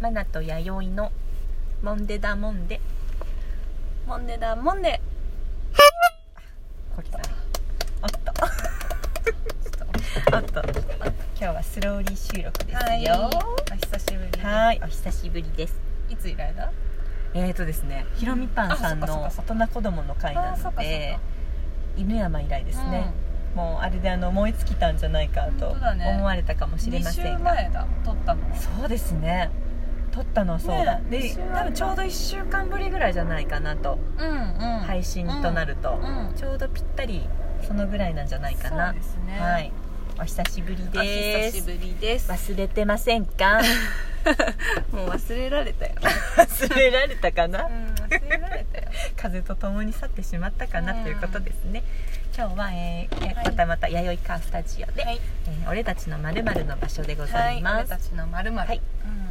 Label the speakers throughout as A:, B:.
A: マナと弥生のモンデダモンデ
B: モンデだモンデ
A: 小刻みおっとおっと今日はスローリー収録です
B: はい
A: よ
B: お久しぶりです
A: はいお久しぶりです
B: いつ以来だ
A: えーとですねひろみパンさん
B: あそっ
A: の
B: かそ
A: 大人子供の会な
B: あそ
A: の
B: っかそっか
A: で犬山以来ですね、もうあれであの燃え尽きたんじゃないかと
B: 本当だね
A: 思われたかもしれませ
B: 2週
A: んが、
B: 前だ撮ったの
A: そうですね撮ったのはそうだ、
B: ね
A: で
B: 一週間
A: 多分ちょうど1週間ぶりぐらいじゃないかなと、
B: うんうん
A: 配信となると、
B: うん
A: ちょうどぴったりそのぐらいなんじゃないかな、
B: そうですね
A: はいお久しぶり
B: お
A: で
B: 久
A: す
B: しぶりです
A: 忘れてません か
B: もう忘れられたよ
A: 忘れられたか
B: う
A: なん
B: 忘れられたよ
A: 風と共に 去ってしまったかな、
B: うん
A: ということですね今日は、えー
B: はい
A: またまた弥生カースタジオで、
B: はい
A: えー俺たちのまるの場所でござい
B: は
A: ま
B: 俺
A: す、
B: たちのまるまる
A: はい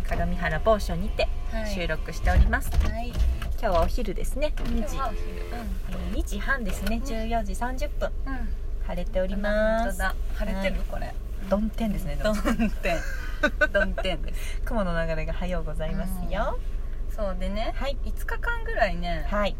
A: 鏡原某所にて収録しております、
B: はい
A: 今日はお昼ですね2
B: 今
A: 時
B: 日はお昼うん
A: えー2時半ですね14時30分
B: うん
A: 晴れており
B: 本
A: ま
B: 当
A: す
B: だ晴れてる、
A: は
B: これ
A: どん天ですねどん
B: ん天 どん天です
A: 雲の流れが早うございますよ、
B: そうでね
A: はい
B: 5日間ぐらいね
A: はい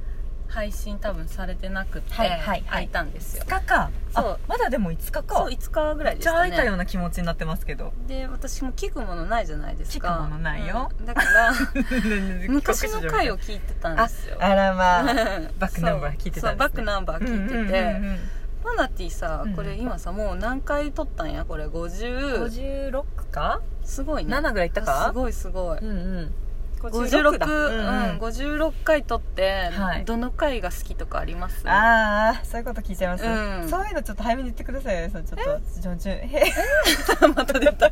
B: 配信多分されてなくて
A: はいはいはい
B: 空いたんですよ
A: 5日か
B: そ
A: あ
B: う
A: まだでも5日か
B: そう5日ぐらい
A: め
B: で
A: っ
B: し
A: ちゃ
B: たね
A: 会えたような気持ちになってますけど
B: で私も聞くものないじゃないですか
A: 聞くものないよ
B: うんだから 昔
A: 昔
B: の回を聞いてたんですよ
A: あらまあ
B: バ
A: バックナンバー聞いてたんですね
B: バックナンバー 聞いてて、
A: うんうんうん
B: マナティさこれ今さもう何回撮ったんやこれ
A: うん、
B: 50
A: 56か
B: すごいね
A: 7ぐらいいった
B: す
A: か
B: ごいすごい
A: うんうん
B: 56
A: だうん
B: うん、56回撮って、
A: はい
B: どの回が好きとかあります
A: ああそういうこと聞いちゃいます、
B: うん
A: そういうのちょっと早めに言ってくださいよそうちょっとジョジュへ
B: また出た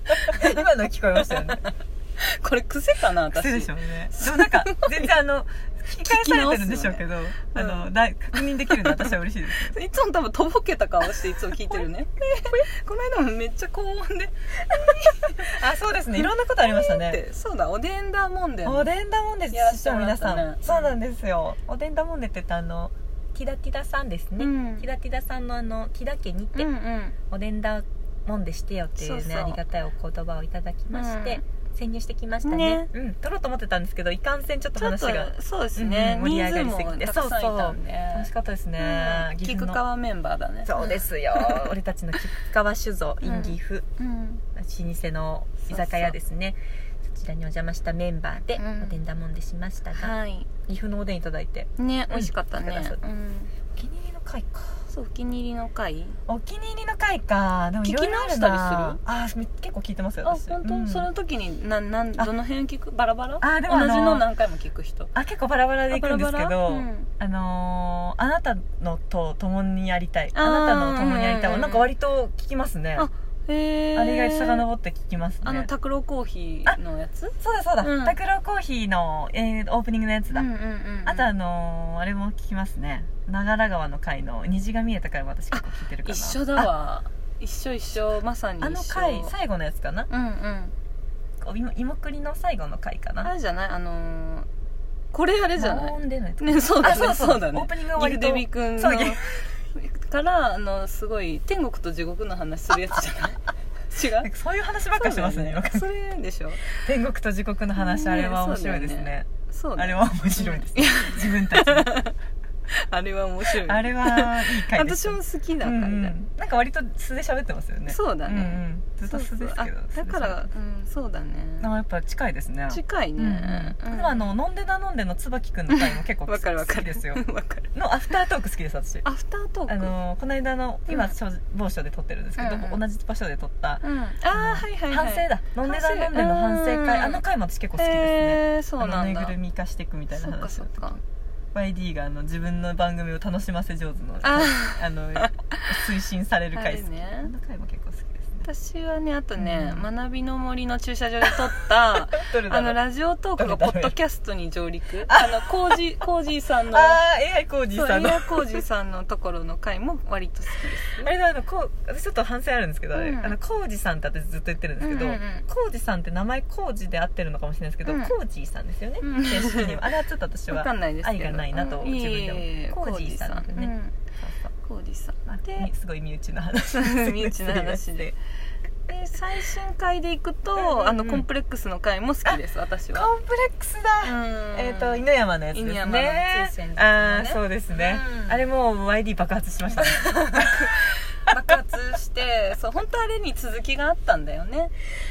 A: 今の聞こえましたよね
B: これ癖かな私
A: 癖でしょうねでもなんか全然あ の聞き返されてるんでしょうけど、あ
B: う
A: のだ確認できるの私は嬉しいです
B: いつも多分とぼけた顔していつも聞いて るねこの間もめっちゃ高音で
A: あそうですねいろんなことありましたね
B: ってそうだおでんだもんで
A: おでんだもんです
B: いや
A: 師匠皆さ
B: そうだっ
A: ん
B: たね
A: そうなんですよおでんだもんでって言ったあのティダティダさんですね、
B: うん
A: ティダティダさんのあのティダ家にて、
B: うんうん
A: おでんだもんでしてよっていうね
B: そうそう
A: ありがたいお言葉をいただきまして、潜入してきましたね
B: ね
A: うん、撮ろうと思ってたんですけどいかんせんちょっと
B: ちょっ
A: 話
B: と
A: が
B: そうですね、
A: うん盛り
B: 人
A: 上が
B: 数
A: りすぎて
B: もたくさんいたんで
A: 楽しかったですね、岐
B: キ
A: 阜
B: ク
A: の
B: カワメンバーだね
A: そうです よ俺たちの菊川酒造 in 岐阜、
B: うん
A: 老舗の居酒屋ですねそちらにお邪魔したメンバーで
B: うん
A: おでんだもんでしましたが、
B: はい
A: 岐阜のおでんいただいて
B: ね美味しかった
A: 美味し
B: ね
A: かっ、た
B: うん、
A: お気に入りの回か
B: そうお気に入りの回
A: お気に入りの回かでもいろいろある
B: 聞き直
A: なあーめ結構聞いてますよ
B: あ
A: 私
B: 本当、
A: うん
B: その時にななん
A: あ
B: どの辺聞くバラバラ
A: あでもあの
B: 同じの何回も聞く人
A: あ結構バラバラでいくんですけ
B: あバラ
A: ど
B: バラうん
A: あのーあなたのと共にやりたい
B: あー
A: あなたの共にやりたいは
B: うん
A: なんか割と聞きますね
B: あへえ
A: あれが遡って聞きますね
B: あの拓郎コーヒーのやつ
A: そうだそうだ
B: うん
A: 拓郎、コーヒーの、えーオープニングのやつだ、
B: うんうんうん
A: あとあのーあれも聞きますね長良川の回の虹が見えた回も私結構聞いてるかな
B: 一緒だわ一緒一緒まさに一緒
A: ああの回最後のやつかな
B: うんうん
A: おいもいもくりの最後の回か
B: あ
A: な
B: れじゃないあのーこれあれじゃない
A: いでのやつかな
B: ねそうだ
A: あ
B: ねそうだ
A: オー
B: ね
A: プニングが
B: ギ
A: 割
B: ル
A: と
B: デビ君
A: そ
B: の
A: うギル
B: からあのすごい天国と地獄の話するやつじゃない違う
A: そういう話ばっかしてますね
B: そうだよ
A: 今
B: それでしょ
A: 天国と地獄の話、
B: ね
A: あれは面白いです
B: そう
A: ね
B: だよそうだ
A: あれ
B: ね
A: は面白いです、
B: いや
A: 自分たち の
B: あれは面白い
A: あれはいい回でし
B: 私
A: た
B: も好きな
A: う
B: 回
A: んう
B: だ、
A: ん、なんか割と素で喋ってますよね
B: そうだね、
A: うんうん、ずっと素です
B: そう
A: けど
B: そうあだからうんそうだ
A: あ
B: ね
A: やっぱ近いですね
B: 近い
A: うんうん
B: ね、うん
A: でもあの飲んでな飲んでの椿くんの回も結構
B: わかるわ
A: 好
B: か
A: きで
B: る
A: すよ
B: わかる
A: のアフタートーク好きです私
B: アフタートーク
A: あのこの間の
B: う
A: 今
B: ん
A: 某所で撮ってるんですけど、
B: うんうん
A: 同じ場所で撮った、
B: うん、あ
A: の
B: あはいはい、は
A: 反
B: い、
A: 省だ飲んでな飲んでの反省
B: 反
A: 会
B: 省
A: あの回も私結構好きですね、
B: へえそうな
A: あのぬ
B: ん
A: い
B: だ
A: ぐるみ化していくみたいな
B: そっか
A: 話
B: そっ か
A: YD があの自分の番組を楽しませ上手の
B: あ
A: あの推進される回好き
B: あれね
A: あの回も結構好きですね
B: 私はねあとね、
A: うん
B: 学びの森の駐車場で 撮った
A: どれだ
B: あ
A: ろ
B: の
A: う
B: ラジオトークが
A: ど
B: ポ
A: れだろう
B: ッドキャストに上陸あのコージ コージーさんの
A: あー AI コージ
B: そ
A: ー
B: う
A: さんの
B: 栄養コージーさんのところの回も割と好きです
A: あれだあのこう私ちょっと反省あるんですけど、あれ
B: うん
A: あのコージさんって私ずっと言ってるんですけど、
B: うんうんうん
A: コージさんって名前コージで合ってるのかもしれないですけど、
B: うん
A: コージーさんですよね、
B: うん
A: 正式にはあれはちょっと私
B: わ
A: は
B: かんないですけ
A: 愛
B: ど
A: がないなと
B: うん
A: 自分でも、
B: いえいえいえ
A: コージーさんなんでね、
B: うん
A: そうそう
B: コージーさん
A: まあ
B: で
A: すごい身内の話
B: 身内の話でで最新回でいく
A: う
B: と、
A: んうんうん
B: あのコンプレックスの回も好きです私は
A: コンプレックスだ、えっ、と犬山のやつですね
B: 犬山のつい先日のね
A: ああそうですね、
B: うん
A: あれもう YD 爆発しま したね
B: 爆発して そう本当あれに続きがあったんだよね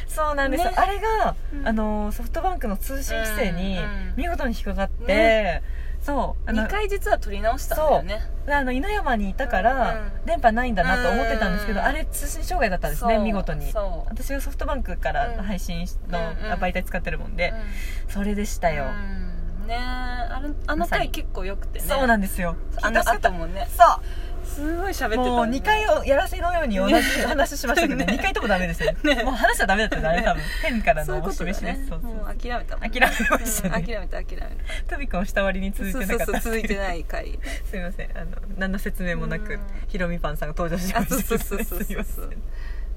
A: そうなんです、
B: ね
A: あれが、
B: うん
A: あのソフトバンクの通信規制に
B: うんうん
A: 見事に引っかかって、
B: ね
A: そうあの
B: 2回実は撮り直したんだよね
A: あの犬山にいたから、
B: うんうん
A: 電波ないんだなと思ってたんですけど、
B: うん
A: あれ通信障害だったんですね
B: そう
A: 見事に
B: そう
A: 私がソフトバンクから配信の
B: うんうん
A: 媒体使ってるもんで、それでした
B: だ
A: よ、
B: ねえあれあの
A: まさ
B: 回
A: に
B: 結構よくてね
A: そうなんですよ
B: あ
A: 聞い
B: の
A: てほしかった
B: 後もね
A: そ
B: すごい喋ってた
A: う
B: のね
A: もう2回をやらせのように同じ話しましたけど、
B: ね
A: ね、2回ともダメですよ、
B: ね
A: もう話しちゃダメだったよねあれ多分天から
B: そうい
A: の
B: うこ
A: お
B: とだ
A: 示しで
B: ね
A: すそうそう
B: もう諦めたもんね
A: 諦めました
B: うん諦
A: ね、
B: めた諦めた
A: トビコンした割に続い
B: そう
A: て
B: そ
A: なか
B: う
A: っ
B: そ
A: た
B: う続いてないい回
A: すいませんあの何の説明もなく、
B: うん
A: ヒロミパンさんが登場しま
B: あ
A: した
B: そうそうそうそう
A: すい
B: そう
A: ません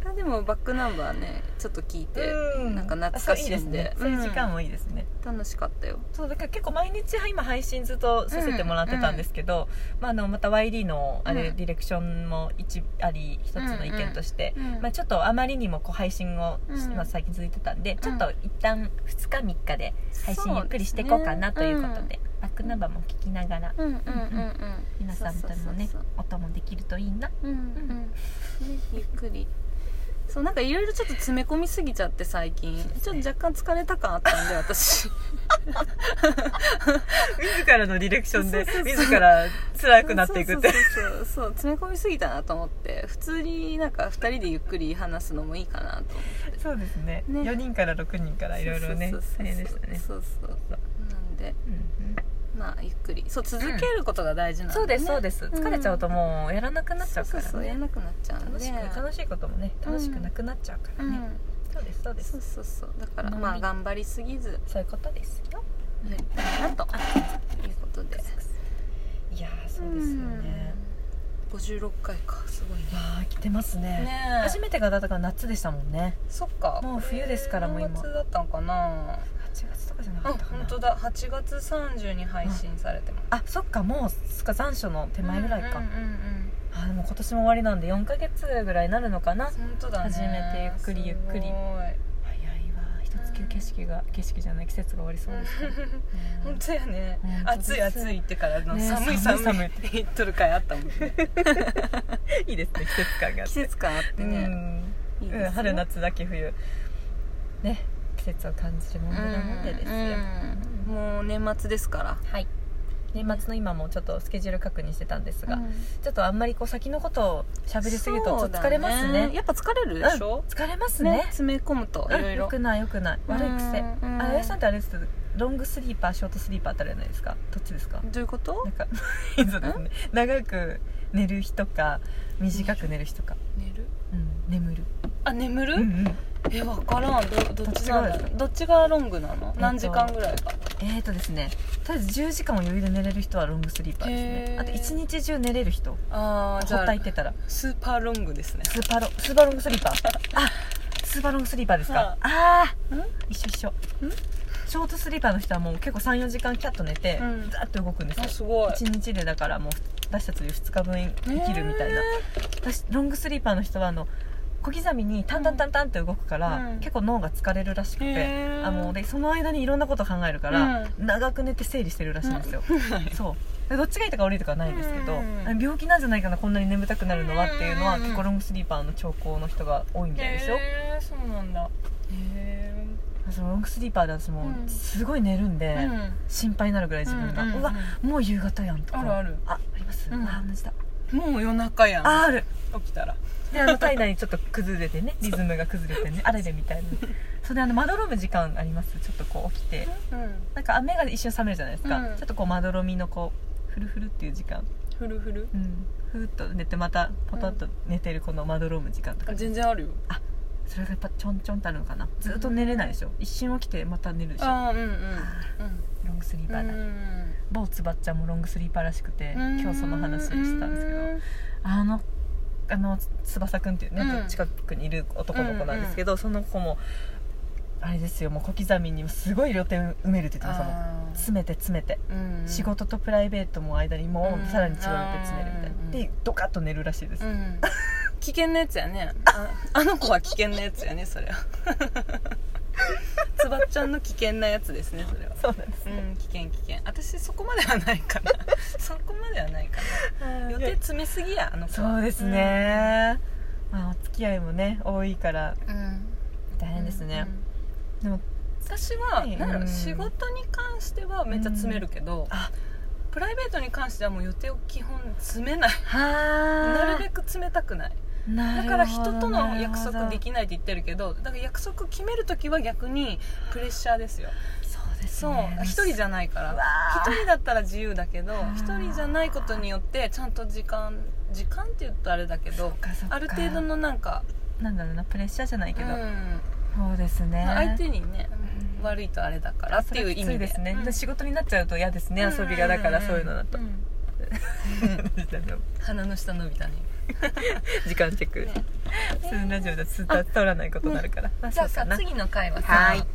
B: あでもバックナンバーねちょっと聞いて、
A: うん
B: なんか懐かしいんで
A: あそういいですねそういう時間
B: うん
A: もいいですね、
B: 楽しかったよ
A: そうだから結構毎日は今配信ずっとさせてもらってたんですけど、まあ、あのまた YD のあれ、
B: うん
A: ディレクションも一あり一つの意見として、
B: うんうん
A: まあ、ちょっとあまりにもこう配信を、
B: うん
A: まあ、最近続いてたんで、
B: ん
A: ちょっと一旦2日3日で配信ゆっくりしていこうかなということで
B: そうです
A: バックナンバーも聞きながら
B: うんうんうんうん
A: 皆さんともね
B: そうそう
A: 音もできるといい な
B: そううんうんねゆっくりそうなんかいろいろちょっと詰め込みすぎちゃって最近ちょっと若干疲れた感あったんで 私
A: 自らのディレクション で
B: そうそうそう
A: 自ら辛くなっていくって
B: そうそうそうそうそう詰め込みすぎたなと思って普通になんか2人でゆっくり話すのもいいかなと思って
A: そうですね
B: ね
A: 4人から6人からいろいろね
B: そうそ
A: 大
B: うそうそう
A: 変でしたね、
B: そうそうなんで
A: うんうん
B: まあゆっくりそう続けることが大事なん
A: そうですそう
B: で
A: です、
B: ん
A: 疲れちゃうともうやらなくなっちゃうからね
B: そうそうやらなくなっちゃうん
A: 楽
B: で
A: しく楽しいこともね楽しくなくなっちゃうから
B: う
A: ね、
B: ん
A: そうですそうです
B: そうそうそうだから
A: のんびり
B: まあ頑張りすぎず
A: そういうことですよ
B: やりたいなということで
A: いやーそうですよね、
B: うん56回かすごい
A: いやー来てますね
B: ねね
A: 初めてがだから夏でしたもんね
B: そっか
A: もう冬ですからもう今
B: 何月だったのかな
A: 8月とかじゃなか
B: あ
A: ったかな
B: 本当だ8月30に配信されてます
A: あそっかもうそっか残暑の手前ぐらいか、
B: うんうんうんうん
A: あでも今年も終わりなんで4ヶ月ぐらいになるのかな
B: 本当だね
A: 初めてゆっくりゆっくり
B: すご
A: 早いわ一月景色が景色じゃない季節が終わりそうです
B: い
A: ね
B: 本当やね
A: 本当です
B: 暑い暑いってからの
A: ね
B: 寒い
A: 寒い
B: 寒い
A: 寒い
B: って言っとる回あったもんね
A: いいですね季節感があっ
B: 季
A: て
B: 節感あってね、いいです
A: うん、
B: ね
A: 春夏秋冬ね季節を感じるものなもんでですよ、
B: うんもう年末ですから
A: はい年末の今もちょっとスケジュール確認してたんですが、
B: うん
A: ちょっとあんまりこう先のことを喋りすぎるとちょっと疲れます
B: そうだ
A: ね
B: やっぱ疲れるでしょ
A: うん、疲れます
B: ね
A: ね
B: 詰め込むと
A: うん
B: いろい
A: よ
B: ろ
A: くないよくない悪い癖
B: うんうん
A: あやさんってあれですロングスリーパーショートスリーパーってあるじゃないですかどっちですか
B: どういうこと
A: なんかそうですね長く寝る日とか短く寝る日とか、
B: 寝る
A: うん、眠る、
B: あ眠る、
A: うんうん、
B: えわからんどどっちなん
A: ど
B: だ
A: っちがです
B: ろ
A: か
B: うどっちがロングなの
A: と
B: 何時間ぐらいか
A: えーとですねとりあえず10時間を余裕で寝れる人はロングスリーパーです
B: へ
A: ね
B: ー
A: あと1日中寝れる人
B: あーじ
A: ほっ
B: ゃ
A: た
B: あ
A: いてたら
B: スーパーロングですね
A: スーパーロスーパーロングスリーパ ーあスーパーロングスリーパーですか
B: は
A: ああ
B: ん
A: 一緒一緒ショートスリーパーの人はもう結構34時間キャッと寝て
B: うん
A: ザーッと動くんですよ
B: あすごい
A: 1日でだからもう私たち2日分生きるみたいな、
B: へ
A: 私ロングスリーパーの人はあの小刻みにタンタンタンタンって動くから、
B: うん
A: 結構脳が疲れるらしくて、
B: へー
A: あ のでその間にいろんなこと考えるから、長く寝て整理してるらしいんですよ、そうでどっちがいいとか悪いとかはないですけど、
B: うん
A: 病気なんじゃないかなこんなに眠たくなるのはっていうのは、
B: うん
A: 結構ロングスリーパーの兆候の人が多いみたいですよ、
B: へえそうなんだへ
A: そのロングスリーパーで私も
B: うん
A: すごい寝るんで、
B: えうん
A: 心配になるぐらい自分が、う
B: うんうんうん
A: わもう夕方やんとか
B: あるある
A: ああります、
B: うん
A: あ同じだ
B: もう夜中やん
A: あある
B: 起きたら
A: で あの体内にちょっと崩れてねリズムが崩れてねあれでみたいなそれであのまどろむ時間ありますちょっとこう起きて
B: うん
A: なんか目が一瞬覚めるじゃないですか、
B: うん
A: ちょっとこうまどろみのこうフルフルっていう時間
B: フルフル
A: うんふーっと寝てまたポタッと寝てるこのまどろむ時間とか、
B: あ全然あるよ
A: それがやっぱちょんちょんってあるのかなずっと寝れないでしょ一瞬起きてまた寝るでしょ
B: あーうんうん
A: ロングスリーパ
B: う
A: ーだ、
B: ん
A: 某つばっちゃんもロングスリーパーらしくて
B: うん
A: 今日その話したんですけどあのあの翼くんっていうね、
B: うん
A: 近くにいる男の子なんですけど、その子もあれですよもう小刻みにすごい両手埋めるって言ってましたもん
B: あー
A: 詰めて詰めて、
B: うんうん
A: 仕事とプライベートも間にも
B: うん
A: うさらに違う予定詰めるみたいな、
B: うん
A: でドカッと寝るらしいです、
B: うん危険なやつやねああの子は危険なやつやねそれは つばっちゃんの危険なやつですねそれは
A: そうなんです
B: うん危険危険私そこまではないか なそこまではないかな予定詰めすぎやあの子は
A: そうです、ね、まあお付き合いもね多いから
B: うんうん
A: 大変ですね、でも
B: 私は、
A: はい
B: なんだろう
A: うん
B: 仕事に関してはめっちゃ詰めるけど、
A: あ
B: プライベートに関してはもう予定を基本詰めない
A: は
B: なるべく詰めたくないだから人との約束できないって言ってるけどだから約束決める時は逆にプレッシャーですよ
A: そうです
B: そう
A: ね
B: 一人じゃないか
A: うわ
B: ら
A: ー
B: 一人だったら自由だけど
A: あー
B: 一人じゃないことによってちゃんと時間時間って言うとあれだけ
A: そ
B: ど
A: っかそっか
B: ある程度のなんか、
A: なんだろうなプレッシャーじゃないけ
B: う
A: ど、
B: ん
A: そうですね
B: 相手にね
A: うん
B: 悪いとあれだからっていう意
A: それき
B: 味
A: つ
B: で
A: ですね、
B: うん
A: 仕事になっちゃうと嫌ですね遊びがだからそういうのだと、
B: んん鼻の下伸びたね
A: 時間チェック、
B: ね
A: スーンラジオでスーッと通らないことになるから、まあ
B: じゃあ
A: そう
B: さ
A: かな
B: 次の回はさ
A: は
B: あ
A: い
B: の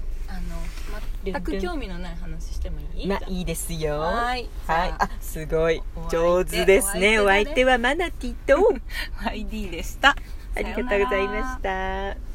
B: 全く興味のない話してもいい
A: まあいいですよ
B: はーい
A: はい
B: じゃあ
A: あすごい
B: お相手
A: 上手ですね
B: お
A: お
B: 相手だ
A: 相手はマ
B: ね
A: ナティと
B: ID でした
A: ありがとうございました